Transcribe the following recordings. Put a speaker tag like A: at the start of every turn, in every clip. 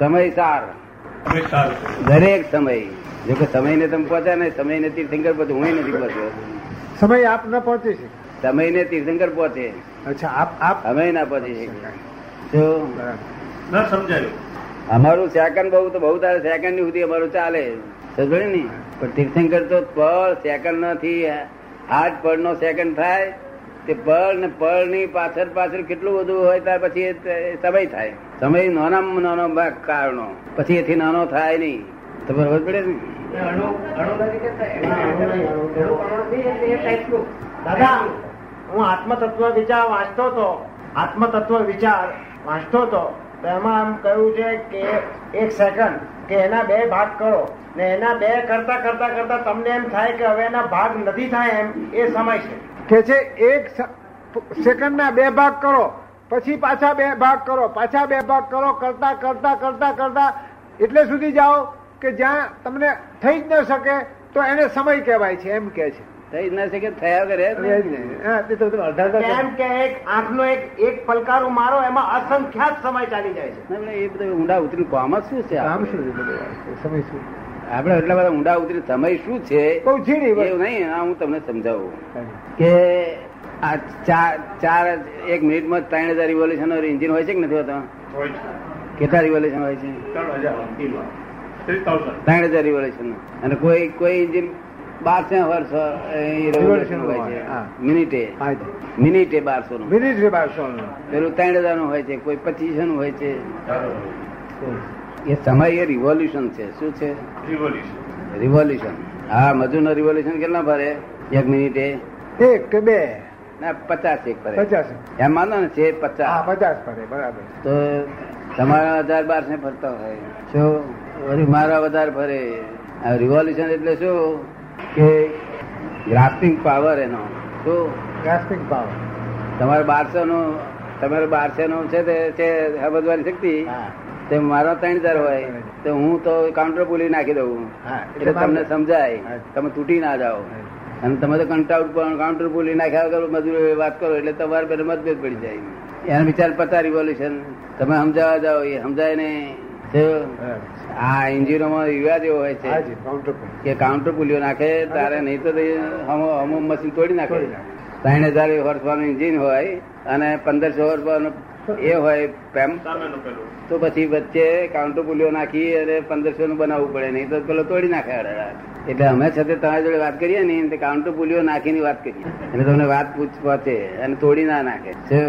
A: સમય સાર
B: અમે સારું
A: દરેક સમય જો કે સમયને તમે પહોંચ્યા ને સમયને તીર્થંકર પહોંચ્યો હું નથી પહોંચ્યો
C: સમય આપ ન પહોંચી છે
A: સમયને તીર્થંકર પહોંચે
C: અચ્છા આપ આપ
A: અમે ના પહોંચી શકીએ જો
C: બરાબર.
B: ન સમજાયું
A: અમારું સેકન્ડ બહુ તો બહુ તારે સેકન્ડ ની સુધી અમારું ચાલે સમજે ને પણ તીર્થંકર તો પળ સેકન્ડ નથી આઠ પળ નો સેકન્ડ થાય તે પળ ને પળ ની પાછળ પાછળ કેટલું બધું હોય ત્યાર પછી એ ત- એ સમય થાય સમય નાનામાં નાનો ભાગ કારણો પછી એથી નાનો થાય નહીં તમને ખબર પડે ને
D: અણુ અણુ નથી કહેતા, એના અણુ કણો છે એટલે એ ટાઈપનું. દાદા
C: હું આત્મતત્વ વિચાર વાંચતો હતો આત્મતત્વ વિચાર વાંચતો હતો તો એમાં એમ કહ્યું છે કે એક સેકન્ડ કે એના બે ભાગ કરો ને એના બે કરતા કરતા કરતા તમને એમ થાય કે હવે એના ભાગ નથી થાય એમ એ સમય છે કે છે એક સેકન્ડ ના બે ભાગ કરો પછી પાછા બે ભાગ કરો પાછા બે ભાગ કરો કરતા કરતા કરતા કરતા એટલે સુધી જાઓ કે જ્યાં તમને થઈ જ ન શકે તો એને સમય કહેવાય છે એમ કે છે
A: થઈ જ ના શકે થયા વગર રહે જ નહીં.
C: એમ કે એક આંખનો એક એક પલકારો મારો એમાં અસંખ્યાત સમય ચાલી જાય છે
A: ના, પણ એ બધા ઊંડા ઉતરીને કામ જ શું છે
C: કામ
A: આપણે
C: શું છે બધું? સમય શું
A: આપણે એટલા બધા ઊંડા ઉતરીને સમય શું છે
C: બહુ ઝીણી વાત.
A: એવું નહીં આ હું તમને સમજાવું કે આ ચાર ચાર જ- એક મિનિટમાં જ ત્રણ હજાર રિવોલ્યુશન ઇન્જિન હોય છે કે નથી હોતા
B: હોય છે.
A: કેટલા રિવોલ્યુશન હોય છે
B: ત્રણ હજાર કિલો થ્રી થાઉઝન્ડ
A: ત્રણ હજાર રિવોલ્યુશન અને કોઈ કોઈ ઇન્જિન બારસો વર્ષ રિવોલ્યુશન હોય છે
C: હા.
A: મિનિટે
C: હા જી.
A: મિનિટે બારસો નું
C: વિનીત વિભાષણ
A: પેલું ત્રણ હજાર નું હોય છે કોઈ પચીસો નું હોય છે એ સમય એ રિવોલ્યુશન છે શું છે
B: રિવોલ્યુશન
A: રિવોલ્યુશન હા મજૂરનો રિવોલ્યુશન કેટલા ફરે એક મિનિટે
C: એક કે બે
A: ના પચાસ એક ફરે
C: પચાસ
A: એમ માનો ને છે
C: હા
A: પચાસ
C: પચાસ પડે બરાબર
A: તો તમારા હજાર બારસો ફરતા હોય જો વળી મારા વધારે ફરે આ રિવોલ્યુશન એટલે શું કે ગ્રાફિંગ પાવર એનો શું
C: ગ્રાસ્પિંગ પાવર
A: તમારે બારસો નું તમારે બારસો નું છે તે છે સમજવાની શક્તિ
C: હા
A: તે મારા ત્રણ હજાર હોય તો હું તો કાઉન્ટર બોલી નાખી દઉં
C: હા
A: એટલે તમને સમજાય
C: હા.
A: તમે તૂટી ના જાઓ અને તમે તો કંટાઉટ પણ કાઉન્ટર બોલી નાખ્યા વગર મજૂર વાત કરો એટલે તમારે પેલો મતભેદ પડી જાય એનો વિચાર પતા રિવોલ્યુશન તમે સમજાવવા જાઓ એ સમજાય ને
C: બરાબર.
A: આ એનજીઓમાં રિવાજ એવો હોય
C: હા
A: છે
C: જી કાઉન્ટર પર
A: કે કાઉન્ટર પુલિયો નાખે તારે નહીં તો તે હમો હમો મશીન તોડી નાખે
C: તોડી નાખે.
A: ત્રણ હજાર હોર્સવાનું એન્જિન હોય અને પંદરસો હોર્સવાનું એ હોય પેમ
B: સામેનું પેલું
A: તો પછી વચ્ચે કાઉન્ટર પુલિયો નાખી અને પંદરસો નું બનાવવું પડે નહીં તો પેલો તોડી નાખે અડાડા. એટલે અમે છતાં તમારી જોડે વાત કરીએ ને તે કાઉન્ટર પુલિયો નાખીને વાત કરીએ એટલે તમને વાત પૂછ પહોંચે અને તોડી ના નાખે જો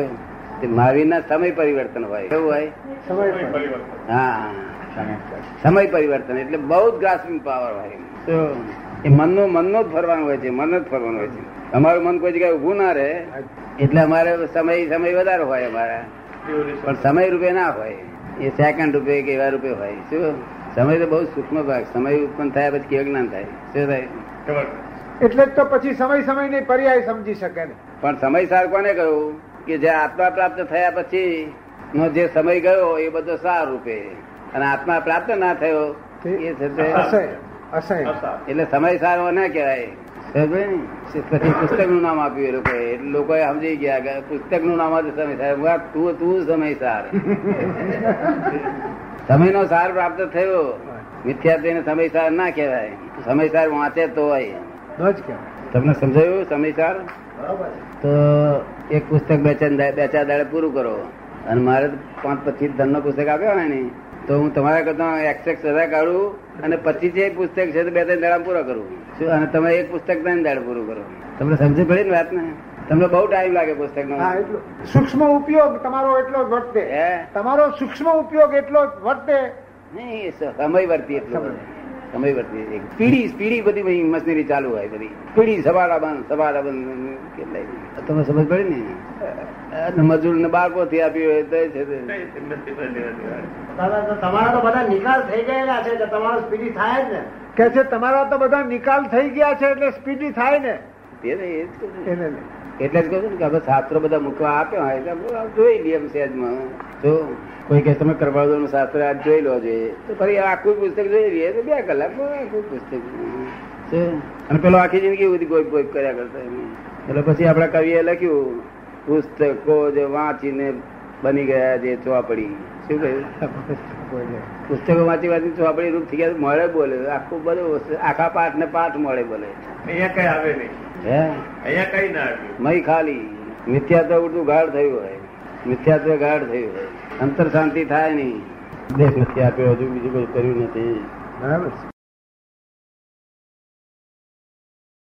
A: તે મહાવીરના સમય પરિવર્તન હોય કેવું હોય
C: સમય
B: કોઈ
C: પર
B: પરિવર્તન
A: હા સમય પરિવર્તન એટલે બહુ જ ગ્રાસ્પિંગ પાવર હોય જો એ મનનું મનનું જ ફરવાનું હોય છે મન જ ફરવાનું હોય છે અમારું મન કોઈ જગ્યાએ ઊભું ના રહે એટલે અમારે સમય સમય વધારે હોય અમારા
B: રિવોલ્યુશન
A: પણ સમય રૂપે ના હોય એ સેકન્ડ રૂપે કે એવા રૂપે હોય શું સમય તો બહુ સૂક્ષ્મ ભાગ સમય ઉત્પન્ન થયા પછી કેવું જ્ઞાન થાય શું થાય
B: ખબર
C: એટલે જ તો પછી સમય સમય ને પર્યાય સમજી શકે ને
A: પણ સમય સાર કોને કહ્યું કે જે આત્મા પ્રાપ્ત થયા પછી નો જે સમય ગયો એ બધો સાર રૂપે અને આત્મા પ્રાપ્ત ના થયો એ છે તે
C: અસહ્ય અસહ્ય
B: અસાર
A: એટલે સમય સારો ના કહેવાય સમજ્યો ને? પછી પુસ્તક નું નામ આપ્યું એ લોકોએ એટલે લોકોએ સમજી ગયા કે પુસ્તક નું નામ હતું સમય સાર વાહ, તું તું સમય સાર સમયનો સાર પ્રાપ્ત થયો મિથ્યાર્થીને સમયસાર ના કહેવાય સમયસાર વાંચે તો હોય
C: ન જ કહેવાય
A: તમને સમજાયું સમયસાર તો એક પુસ્તક બે ચાર દા- બે ચાર દાડે પૂરું કરો અને મારે તો પાંચ પચીસ ધનનો પુસ્તક આપ્યો હોય ને તો હું તમારા કરતા એક્સેક્સ સજા કાઢું અને પચીસ એક પુસ્તક છે તો બે ત્રણ દાડા પૂરા કરું શું અને તમે એક પુસ્તક ત્રણ દાડે પૂરું કરો તમને સમજ પડી ને વાત ને તમને બહુ ટાઈમ લાગે પુસ્તકનો
C: હા એટલો સૂક્ષ્મ ઉપયોગ તમારો એટલો જ વર્તે
A: હે? તમારો
C: તમારો સૂક્ષ્મ ઉપયોગ એટલો જ વર્તે
A: નહીં એ સમય વર્તી એટલું બધું. સમય વર્તી એક પીડી પીડી બધી બધી મશીનરી ચાલુ હોય બધી પીડી સવારા બંધ સવારા બંધ કેટલાય તમે સમજ પડી ને અને મજૂરને બાળકોથી આપ્યું હોય તો એ છે તે.
B: કઈ કિંમત કેટલા લેવા દેવા
D: તમારા તો બધા નિકાલ થઈ ગયેલા છે એટલે તમારો સ્પીડી થાય જ ને
C: કે છે તમારા તો બધા નિકાલ થઈ ગયા છે એટલે સ્પીડી થાય ને
A: તે ને એ જ કહું છું.
C: એને લઈ.
A: એટલે જ કહું છું ને કે હવે શાસ્ત્રો બધા મૂકવા આપ્યા હોય તો આપણે આ જોઈ લઈએ એમ સહેજમાં જો કોઈ કે તમે કરવાળોનું શાસ્ત્ર આ જોઈ લો જોઈએ તો ફરી આખું પુસ્તક જોઈ લઈએ તો બે કલાક આખું પુસ્તક જો. અને પેલો આખી જિંદગી બધી ગોઈપ ગોઈપ કર્યા કરતા એમ. એટલે પછી આપણા કવિએ લખ્યું પુસ્તકો જે વાંચીને બની ગયા જે ચોપડી શું કહ્યું પુસ્તકો વાંચી વાંચી ચોપડી રૂપ થઈ ગયા મળે બોલે આખું બધું આખા પાઠ ને પાઠ મળે બોલે
B: અહીંયા કઈ આવે નહીં
A: હે
B: અહીંયા કઈ ના આવ્યું
A: મય ખાલી મિથ્યાત્વ ઉડતું ગાઢ થયું હોય મિથ્યાત્વ ગાઢ થયું હોય અંતર શાંતિ થાય નહીં દેશ નથી આપ્યો હજુ બીજું કોઈ કર્યું નથી
C: બરાબર છે